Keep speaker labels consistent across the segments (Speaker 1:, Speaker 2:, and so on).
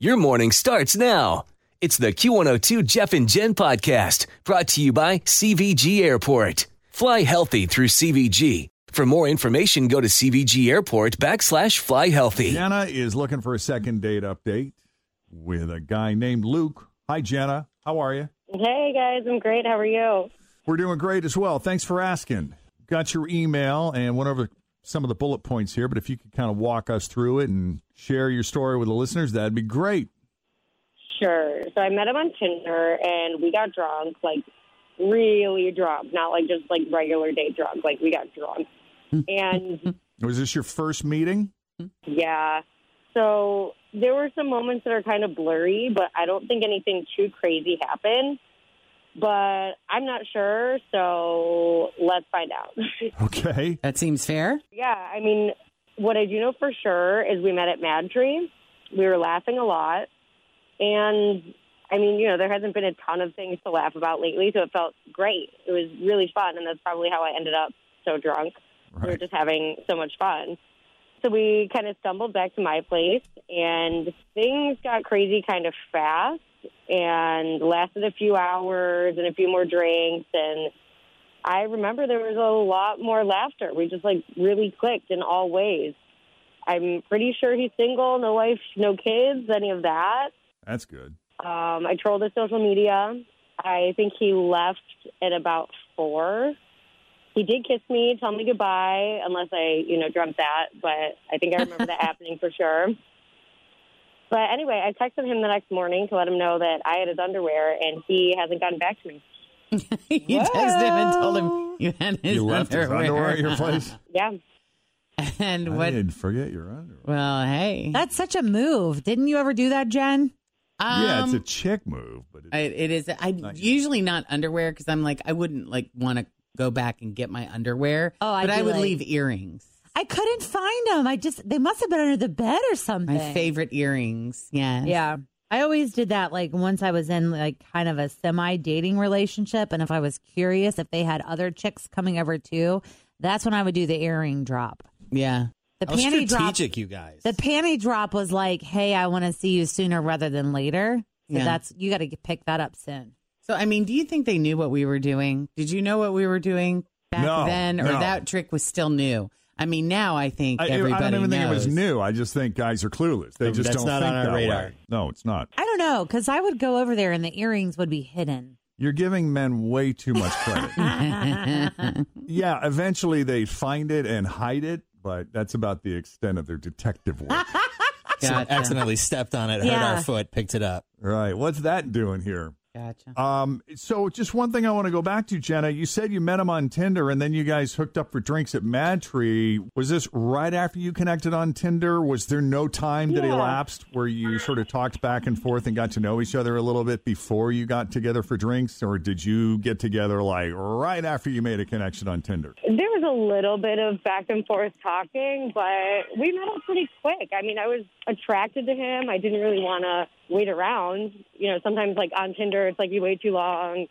Speaker 1: Your morning starts now. It's the Q102 Jeff and Jen podcast brought to you by CVG Airport. Fly healthy through CVG. For more information, go to CVG Airport backslash fly healthy.
Speaker 2: Jenna is looking for a second date update with a guy named Luke. Hi, Jenna. How are you?
Speaker 3: Hey guys, I'm great. How are you?
Speaker 2: We're doing great as well. Thanks for asking. Got your email and went over some of the bullet points here, but if you could kind of walk us through it and share your story with the listeners, that'd be great.
Speaker 3: Sure. So I met him on Tinder and we got drunk, like really drunk, not like just like regular day drunk, like we got drunk. and
Speaker 2: Was this your first meeting?
Speaker 3: yeah, so there were some moments that are kind of blurry, but I don't think anything too crazy happened. But I'm not sure, so let's find out.
Speaker 2: Okay.
Speaker 4: That seems fair.
Speaker 3: Yeah, I mean, what I do know for sure is we met at Mad Tree. We were laughing a lot. And I mean, you know, there hasn't been a ton of things to laugh about lately, so it felt great. It was really fun, and that's probably how I ended up so drunk. We were
Speaker 2: Right.
Speaker 3: just having so much fun. So we kind of stumbled back to my place, and things got crazy kind of fast and lasted a few hours and a few more drinks. And I remember there was a lot more laughter. We just like really clicked in all ways. I'm pretty sure he's single, no wife, no kids, any of that.
Speaker 2: That's good.
Speaker 3: Um, I trolled his social media. I think he left at about four. He did kiss me, tell me goodbye, unless I, you know, dreamt that. But I think I remember that happening for sure. But anyway, I texted him the next morning to let him know that I had his underwear, and he hasn't gotten back to me.
Speaker 4: you texted him and told him you had his
Speaker 2: you left his
Speaker 4: underwear.
Speaker 2: underwear at your place?
Speaker 3: Yeah.
Speaker 4: and
Speaker 2: I
Speaker 4: what?
Speaker 2: didn't forget your underwear.
Speaker 4: Well, hey,
Speaker 5: That's such a move. Didn't you ever do that, Jen?
Speaker 2: yeah, it's a
Speaker 4: Um,
Speaker 2: chick move, but it,
Speaker 4: I- it is. I
Speaker 2: Not yet.
Speaker 4: usually not underwear because I'm like I wouldn't like want to go back and get my underwear.
Speaker 5: Oh, I'd
Speaker 4: but I
Speaker 5: be
Speaker 4: would
Speaker 5: like-
Speaker 4: leave earrings.
Speaker 5: I couldn't find them. I just they must have been under the bed or something.
Speaker 4: My favorite earrings. Yeah.
Speaker 5: Yeah. I always did that like once I was in like kind of a semi dating relationship and if I was curious if they had other chicks coming over too, that's when I would do the earring drop.
Speaker 4: Yeah.
Speaker 5: The
Speaker 6: How
Speaker 5: panty drop
Speaker 6: strategic, you guys.
Speaker 5: the panty drop was like, "Hey, I want to see you sooner rather than later." So
Speaker 4: Yeah.
Speaker 5: that's you got to pick that up soon.
Speaker 4: So I mean, do you think they knew what we were doing? Did you know what we were doing back
Speaker 2: No,
Speaker 4: then, or
Speaker 2: no.
Speaker 4: that trick was still new? I mean, now I think
Speaker 2: I, I
Speaker 4: everybody
Speaker 2: don't even think it
Speaker 4: knows.
Speaker 2: was new. I just think guys are clueless. They just
Speaker 6: That's
Speaker 2: don't
Speaker 6: not
Speaker 2: think
Speaker 6: on our
Speaker 2: that
Speaker 6: radar.
Speaker 2: way. No, it's not.
Speaker 5: I don't know cuz I would go over there and the earrings would be hidden.
Speaker 2: You're giving men way too much credit. yeah, eventually they find it and hide it, but that's about the extent of their detective work.
Speaker 6: So
Speaker 4: Gotcha.
Speaker 6: accidentally stepped on it, hurt
Speaker 5: Yeah.
Speaker 6: our foot, picked it up.
Speaker 2: right. What's that doing here?
Speaker 4: Gotcha.
Speaker 2: Um, so just one thing I want to go back to, Jenna. You said you met him on Tinder and then you guys hooked up for drinks at Mad Tree. Was this right after you connected on Tinder? Was there no time that
Speaker 3: Yeah.
Speaker 2: elapsed where you sort of talked back and forth and got to know each other a little bit before you got together for drinks? Or did you get together like right after you made a connection on Tinder?
Speaker 3: There was a little bit of back and forth talking, but we met up pretty quick. I mean, I was attracted to him. I didn't really want to wait around. You know, sometimes like on Tinder, it's like you wait too long,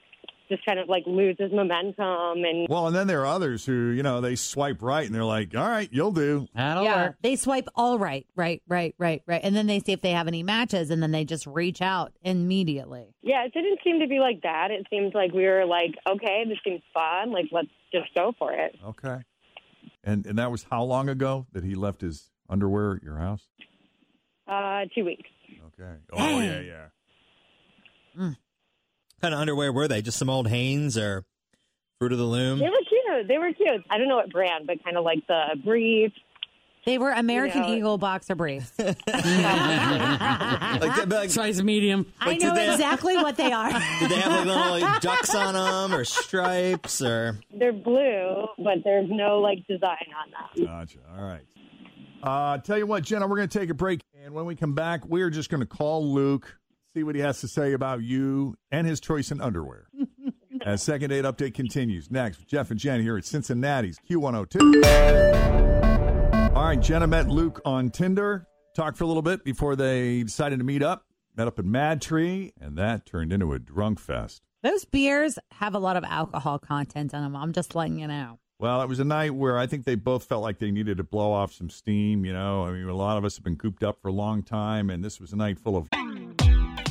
Speaker 3: just kind of like loses momentum. And
Speaker 2: Well, and then there are others who, you know, they swipe right and they're like, all right, you'll do.
Speaker 4: That'll work.
Speaker 5: They swipe all right, right, right, right, right. And then they see if they have any matches and then they just reach out immediately.
Speaker 3: yeah, it didn't seem to be like that. It seemed like we were like, okay, this seems fun. Like, let's just go for it.
Speaker 2: Okay. And and that was how long ago that he left his underwear at your house?
Speaker 3: Uh, two weeks.
Speaker 2: Okay. Oh yeah, yeah.
Speaker 6: What kind of underwear were they? Just some old Hanes or Fruit of the Loom?
Speaker 3: They were cute. They were cute. I don't know what brand, but kind of like the brief.
Speaker 5: They were American
Speaker 3: Yeah.
Speaker 5: Eagle boxer briefs.
Speaker 6: Like, they- like,
Speaker 4: Size medium.
Speaker 5: I
Speaker 6: Like,
Speaker 5: know
Speaker 6: did they-
Speaker 5: exactly what they are.
Speaker 6: did they have like little like, ducks on them or stripes or?
Speaker 3: They're blue, but there's no like design on them.
Speaker 2: Gotcha. All right. Uh, tell you what, Jenna, we're going to take a break. And when we come back, we're just going to call Luke, see what he has to say about you and his choice in underwear. As Second Date Update continues next with Jeff and Jen here at Cincinnati's Q102. All right, Jenna met Luke on Tinder, talked for a little bit before they decided to meet up. Met up in Mad Tree, and that turned into a drunk fest.
Speaker 5: Those beers have a lot of alcohol content in them. I'm just letting you know.
Speaker 2: Well, it was a night where I think they both felt like they needed to blow off some steam. You know, I mean, a lot of us have been cooped up for a long time, and this was a night full of.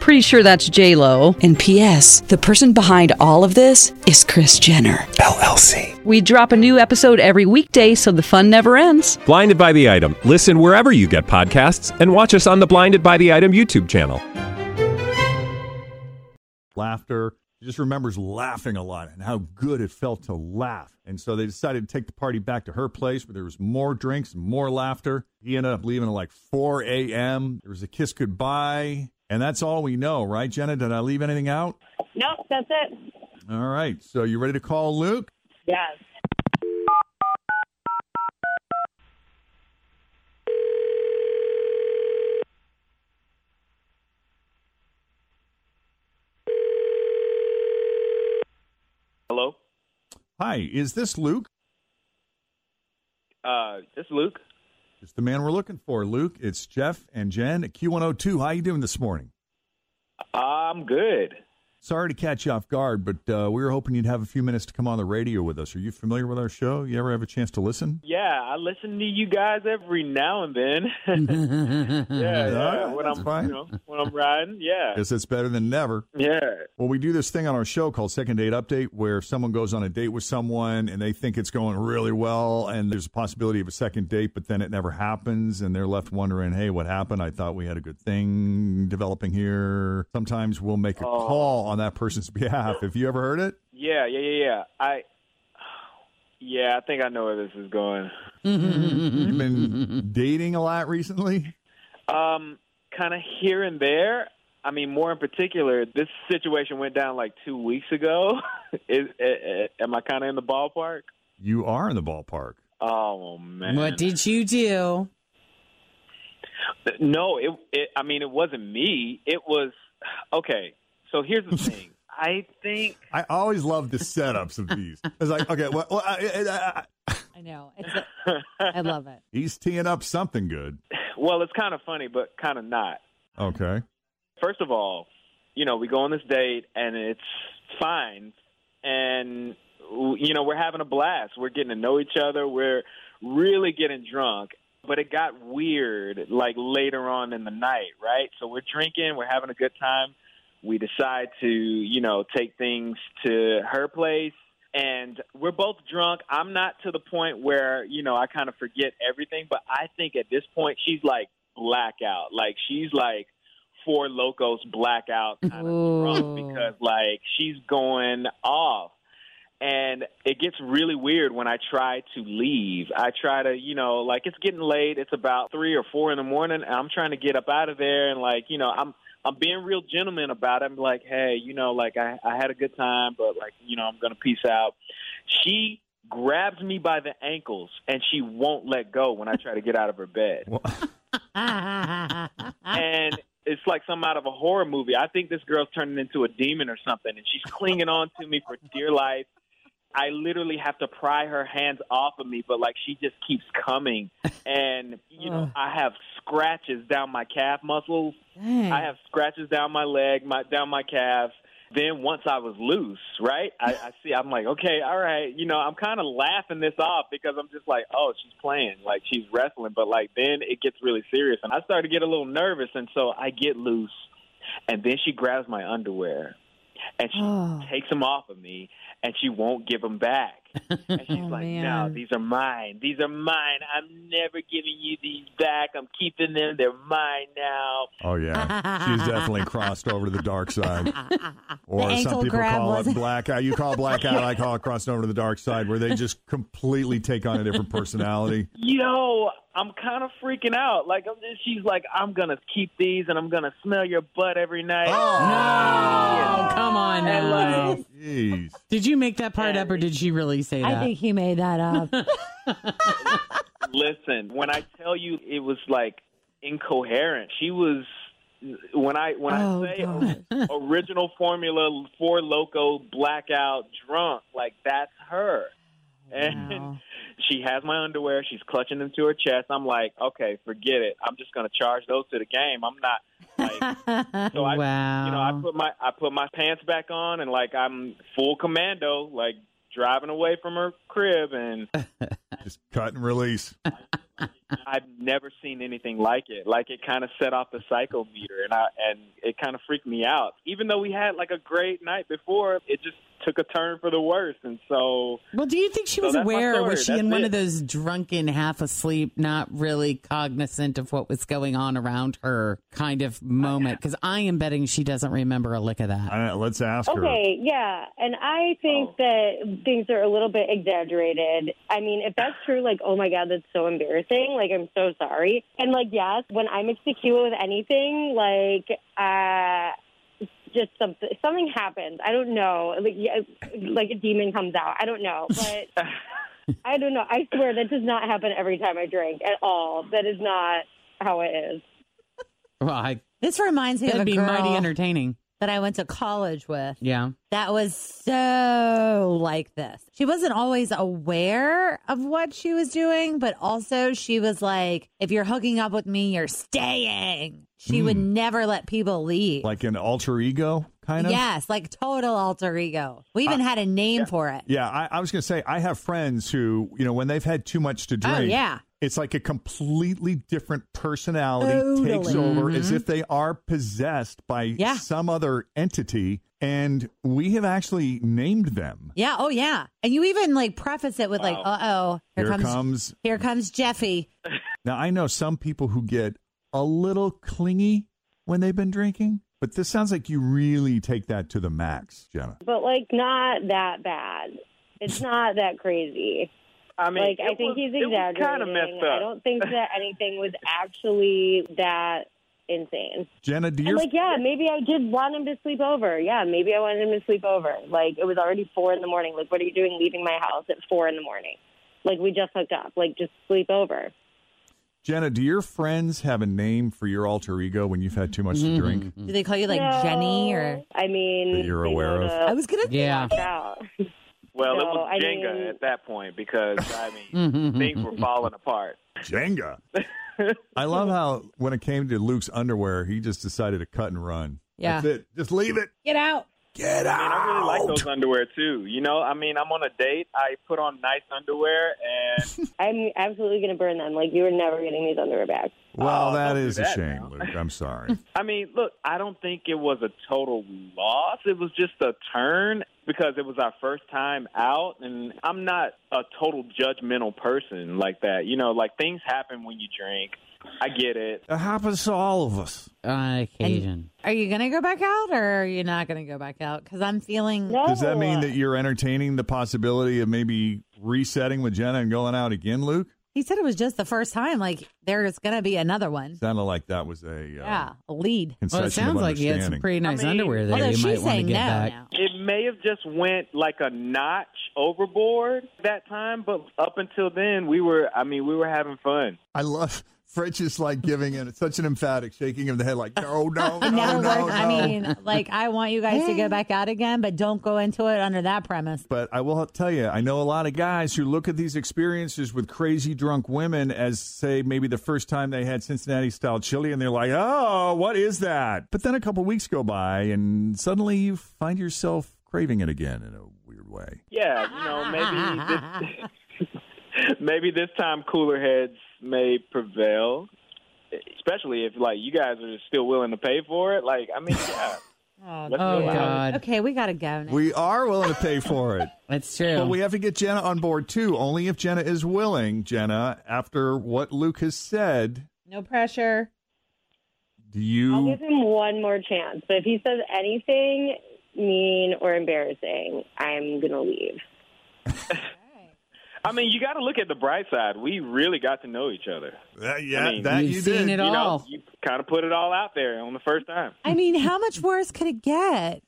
Speaker 7: Pretty sure that's J Lo.
Speaker 8: And P.S. The person behind all of this is Chris Jenner.
Speaker 9: LLC.
Speaker 7: We drop a new episode every weekday, so the fun never ends.
Speaker 9: Blinded by the item. Listen wherever you get podcasts, and watch us on the Blinded by the Item YouTube channel.
Speaker 2: laughter. He just remembers laughing a lot and how good it felt to laugh. And so they decided to take the party back to her place where there was more drinks, more laughter. He ended up leaving at like 4 a.m. There was a kiss goodbye. And that's all we know, right, Jenna? Did I leave anything out?
Speaker 3: Nope, that's it.
Speaker 2: All right. So you ready to call Luke?
Speaker 3: Yes.
Speaker 10: Hello.
Speaker 2: Hi, is this Luke?
Speaker 10: Uh, this is Luke.
Speaker 2: It's the man we're looking for, Luke. It's Jeff and Jen at Q102. How you doing this morning?
Speaker 10: I'm good.
Speaker 2: Sorry to catch you off guard, but uh, we were hoping you'd have a few minutes to come on the radio with us. Are you familiar with our show? You ever have a chance to listen?
Speaker 10: Yeah, I listen to you guys every now and then. yeah, yeah, when
Speaker 2: that's
Speaker 10: I'm
Speaker 2: fine.
Speaker 10: you know when I'm riding. Yeah,
Speaker 2: Because it's better than never.
Speaker 10: yeah.
Speaker 2: Well, we do this thing on our show called Second Date Update, where if someone goes on a date with someone and they think it's going really well, and there's a possibility of a second date, but then it never happens, and they're left wondering, hey, what happened? I thought we had a good thing developing here. Sometimes we'll make a
Speaker 10: Oh.
Speaker 2: call on that person's behalf. Have you ever heard it?
Speaker 10: Yeah, yeah, yeah, yeah. I, yeah, I think I know where this is going.
Speaker 2: You've
Speaker 10: Mm-hmm.
Speaker 2: been dating a lot recently?
Speaker 10: Um, kind of here and there. I mean, more in particular, this situation went down like two weeks ago. is, eh, eh, am I kind of in the ballpark?
Speaker 2: You are in the ballpark.
Speaker 10: Oh man, Oh,
Speaker 4: What did you do?
Speaker 10: No, it, it. I mean, it wasn't me. It was okay. So here's the thing. I think
Speaker 2: I always love the setups of these. It's like, okay, well, well I, I, I,
Speaker 5: I know. It's I love it.
Speaker 2: he's teeing up something good.
Speaker 10: well, it's kind of funny, but kind of not.
Speaker 2: Okay.
Speaker 10: First of all, you know, we go on this date and it's fine, and you know we're having a blast. We're getting to know each other. We're really getting drunk. But it got weird like later on in the night, right? So we're drinking, we're having a good time. We decide to, you know, take things to her place and we're both drunk. I'm not to the point where, you know, I kind of forget everything, but I think at this point she's like blackout. Like she's like four locos blackout kind
Speaker 5: Ooh.
Speaker 10: of drunk because like she's going off. And it gets really weird when I try to leave. I try to, you know, like it's getting late. It's about three or four in the morning. And I'm trying to get up out of there, and like, you know, I'm I'm being real gentleman about it. I'm like, hey, you know, like I I had a good time, but like, you know, I'm gonna peace out. She grabs me by the ankles and she won't let go when I try to get out of her bed
Speaker 2: Well,
Speaker 10: and it's like some out of a horror movie. I think this girl's turning into a demon or something, and she's clinging on to me for dear life. I literally have to pry her hands off of me, but like she just keeps coming, and you know I have scratches down my calf muscles.
Speaker 5: Dang.
Speaker 10: I have scratches down my leg, my down my calf. Then once I was loose, right? I, I see. I'm like, okay, all right. You know, I'm kind of laughing this off because I'm just like, oh, she's playing, like she's wrestling. But like then it gets really serious, and I start to get a little nervous, and so I get loose, and then she grabs my underwear, and she
Speaker 5: Oh.
Speaker 10: takes them off of me, and she won't give them back. And she's like, no, these are mine. These are mine. I'm never giving you these back. I'm keeping them. They're mine now.
Speaker 2: Oh yeah, she's definitely crossed over to the dark side, or
Speaker 10: The
Speaker 2: some
Speaker 10: ankle
Speaker 2: people
Speaker 10: grab
Speaker 2: call it
Speaker 10: wasn't-
Speaker 2: blackout. You call it blackout, I call it crossing over to the dark side, where they just completely take on a different personality.
Speaker 10: Yo, I'm kind of freaking out. Like, I'm just, she's like, I'm going to keep these and I'm going to smell your butt every night.
Speaker 4: Oh, come on
Speaker 10: And,
Speaker 4: now.
Speaker 10: like,
Speaker 4: Did you make that part up or did she really say that?
Speaker 5: I think he made that up.
Speaker 10: Listen, when I tell you it was like incoherent, she was when I when
Speaker 5: Oh,
Speaker 10: I say original formula for loco blackout drunk, like that's her. And she has my underwear, she's clutching them to her chest. I'm like, okay, forget it. I'm just gonna charge those to the game. I'm not so I,
Speaker 4: wow.
Speaker 10: you know, I put my I put my pants back on and like I'm full commando, like driving away from her crib and
Speaker 2: Just cut and release.
Speaker 10: I've never seen anything like it. Like it kind of set off the psycho meter, and I and it kind of freaked me out. Even though we had like a great night before, it just took a turn for the worse, and so
Speaker 4: Well, do you think she
Speaker 10: So
Speaker 4: was
Speaker 10: that's my
Speaker 4: aware? or
Speaker 10: story.
Speaker 4: Was she
Speaker 10: That's
Speaker 4: in one
Speaker 10: it.
Speaker 4: of those drunken, half asleep, not really cognizant of what was going on around her kind of moment? Because I am betting she doesn't remember a lick of that.
Speaker 2: let's ask
Speaker 3: Okay, yeah. And I think that things are a little bit exaggerated. I mean, if that's true, like, oh my God, that's so embarrassing. Like, I'm so sorry. And, like, yes, when I mix tequila with anything, like, uh, just something something happens. I don't know. Like yeah, like a demon comes out. I don't know, but I don't know. I swear that does not happen every time I drink at all. That is not how it is.
Speaker 4: Well, I,
Speaker 5: This reminds me
Speaker 4: that'd
Speaker 5: of a
Speaker 4: be
Speaker 5: girl
Speaker 4: mighty entertaining.
Speaker 5: that I went to college with.
Speaker 4: Yeah.
Speaker 5: That was so like this. She wasn't always aware of what she was doing, but also she was like, if you're hooking up with me, you're staying. She would
Speaker 4: Hmm.
Speaker 5: never let people leave.
Speaker 2: Like an alter ego, kind of. Uh,
Speaker 5: Yes, like total alter ego. We even had a name for it.
Speaker 2: Yeah, I, I was going to say I have friends who, you know, when they've had too much to
Speaker 5: Oh,
Speaker 2: drink,
Speaker 5: yeah.
Speaker 2: it's like a completely different personality takes
Speaker 5: Totally.
Speaker 2: over as
Speaker 5: Mhm.
Speaker 2: if they are possessed by some other entity. And we have actually named them.
Speaker 5: Yeah. Oh, yeah. And you even like preface it with like,
Speaker 2: Wow.
Speaker 5: uh oh, here,
Speaker 2: Here
Speaker 5: comes,
Speaker 2: comes-
Speaker 5: here comes Jeffy.
Speaker 2: Now I know some people who get a little clingy when they've been drinking, but this sounds like you really take that to the max, Jenna.
Speaker 3: but like not that bad. It's not that crazy.
Speaker 10: I mean,
Speaker 3: like I
Speaker 10: it
Speaker 3: think
Speaker 10: was-
Speaker 3: he's
Speaker 10: it was
Speaker 3: exaggerating.
Speaker 10: kinda messed up.
Speaker 3: I don't think that anything was actually that insane.
Speaker 2: Jenna, do
Speaker 3: And
Speaker 2: your
Speaker 3: like, yeah, maybe I did want him to sleep over. Yeah, maybe I wanted him to sleep over. Like it was already four in the morning. Like, what are you doing leaving my house at four in the morning? Like we just hooked up. Like just sleep over.
Speaker 2: Jenna, do your friends have a name for your alter ego when you've had too much
Speaker 5: Mm-hmm.
Speaker 2: to drink?
Speaker 4: Mm.
Speaker 5: Do they call you like Jenny or?
Speaker 3: I mean,
Speaker 2: That you're aware of?
Speaker 5: I was gonna say
Speaker 2: Yeah.
Speaker 3: knocked out.
Speaker 10: well, it
Speaker 3: No,
Speaker 10: was
Speaker 3: I
Speaker 10: Jenga
Speaker 3: mean-
Speaker 10: at that point because I mean things were falling apart.
Speaker 2: Jenga. I love how when it came to Luke's underwear, he just decided to cut and run.
Speaker 10: Yeah.
Speaker 2: That's it. Just leave it.
Speaker 5: Get out.
Speaker 2: Get out.
Speaker 10: I really like those underwear too. You know, I mean, I'm on a date. I put on nice underwear, and
Speaker 3: I'm absolutely gonna burn them. Like you were never getting these underwear back.
Speaker 2: Well,
Speaker 10: Oh,
Speaker 2: that
Speaker 10: don't do
Speaker 2: is a
Speaker 10: that
Speaker 2: shame, Luke. I'm sorry.
Speaker 10: I mean, look, I don't think it was a total loss. It was just a turn because it was our first time out, and I'm not a total judgmental person like that. You know, like things happen when you drink. I get it.
Speaker 2: It happens to all of us.
Speaker 4: On occasion.
Speaker 5: Are you gonna go back out or are you not gonna go back out? Because I'm feeling.
Speaker 2: Does that mean that you're entertaining the possibility of maybe resetting with Jenna and going out again, Luke?
Speaker 5: he said it was just the first time? Like there's gonna be another one.
Speaker 2: Sounded like that was a. Uh, yeah.
Speaker 5: Yeah, a lead.
Speaker 4: Well,
Speaker 2: Concession
Speaker 4: it
Speaker 2: of
Speaker 4: sounds like he had some
Speaker 2: understanding.
Speaker 4: pretty nice
Speaker 10: I mean-
Speaker 4: underwear there
Speaker 10: Although
Speaker 4: you
Speaker 10: she's
Speaker 4: might want to
Speaker 10: saying
Speaker 4: get
Speaker 10: no
Speaker 4: back.
Speaker 10: It may have just went like a notch overboard that time, but up until then, we were. I mean, we were having fun.
Speaker 2: I love. Fritz is like giving it such an emphatic shaking of the head, like, no, no, no,
Speaker 5: Never
Speaker 2: no, Oh, no.
Speaker 5: worked. I mean, like I want you guys to go back out again, but don't go into it under that premise.
Speaker 2: But I will tell you, I know a lot of guys who look at these experiences with crazy drunk women as, say, maybe the first time they had Cincinnati style chili, and they're like, oh, what is that? But then a couple weeks go by, and suddenly you find yourself craving it again in a weird way.
Speaker 10: Yeah, you know,
Speaker 5: Ah,
Speaker 10: maybe this, maybe this time cooler heads may prevail. Especially if like you guys are still willing to pay for it. Like, I mean, yeah.
Speaker 5: Oh,
Speaker 2: Let's go out. God.
Speaker 5: Okay, we gotta go. Now.
Speaker 2: We are willing to pay for it.
Speaker 4: That's true.
Speaker 2: But we have to get Jenna on board too. Only if Jenna is willing, Jenna, after what Luke has said,
Speaker 5: No pressure.
Speaker 2: do you
Speaker 3: I'll give him one more chance. But if he says anything mean or embarrassing, I'm going to leave.
Speaker 10: I mean, you got to look at the bright side. We really got to know each other.
Speaker 2: Uh, yeah, that You've you seen did. it
Speaker 10: You know,
Speaker 2: all.
Speaker 10: you kind of put it all out there on the first time.
Speaker 5: I mean, how much worse could it get?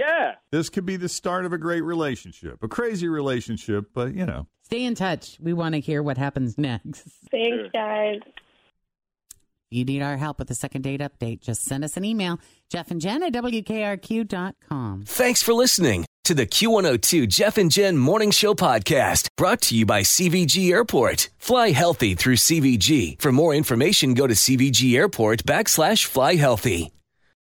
Speaker 10: Yeah.
Speaker 2: This could be the start of a great relationship, a crazy relationship, but you know.
Speaker 4: Stay in touch. We want to hear what happens next.
Speaker 3: Thanks, guys.
Speaker 4: You need our help with the second date update. Just send us an email, Jeff and Jen at WKRQ.com.
Speaker 1: Thanks for listening to the Q102 Jeff and Jen Morning Show Podcast, brought to you by CVG Airport. Fly healthy through CVG. For more information, go to CVG Airport backslash fly healthy.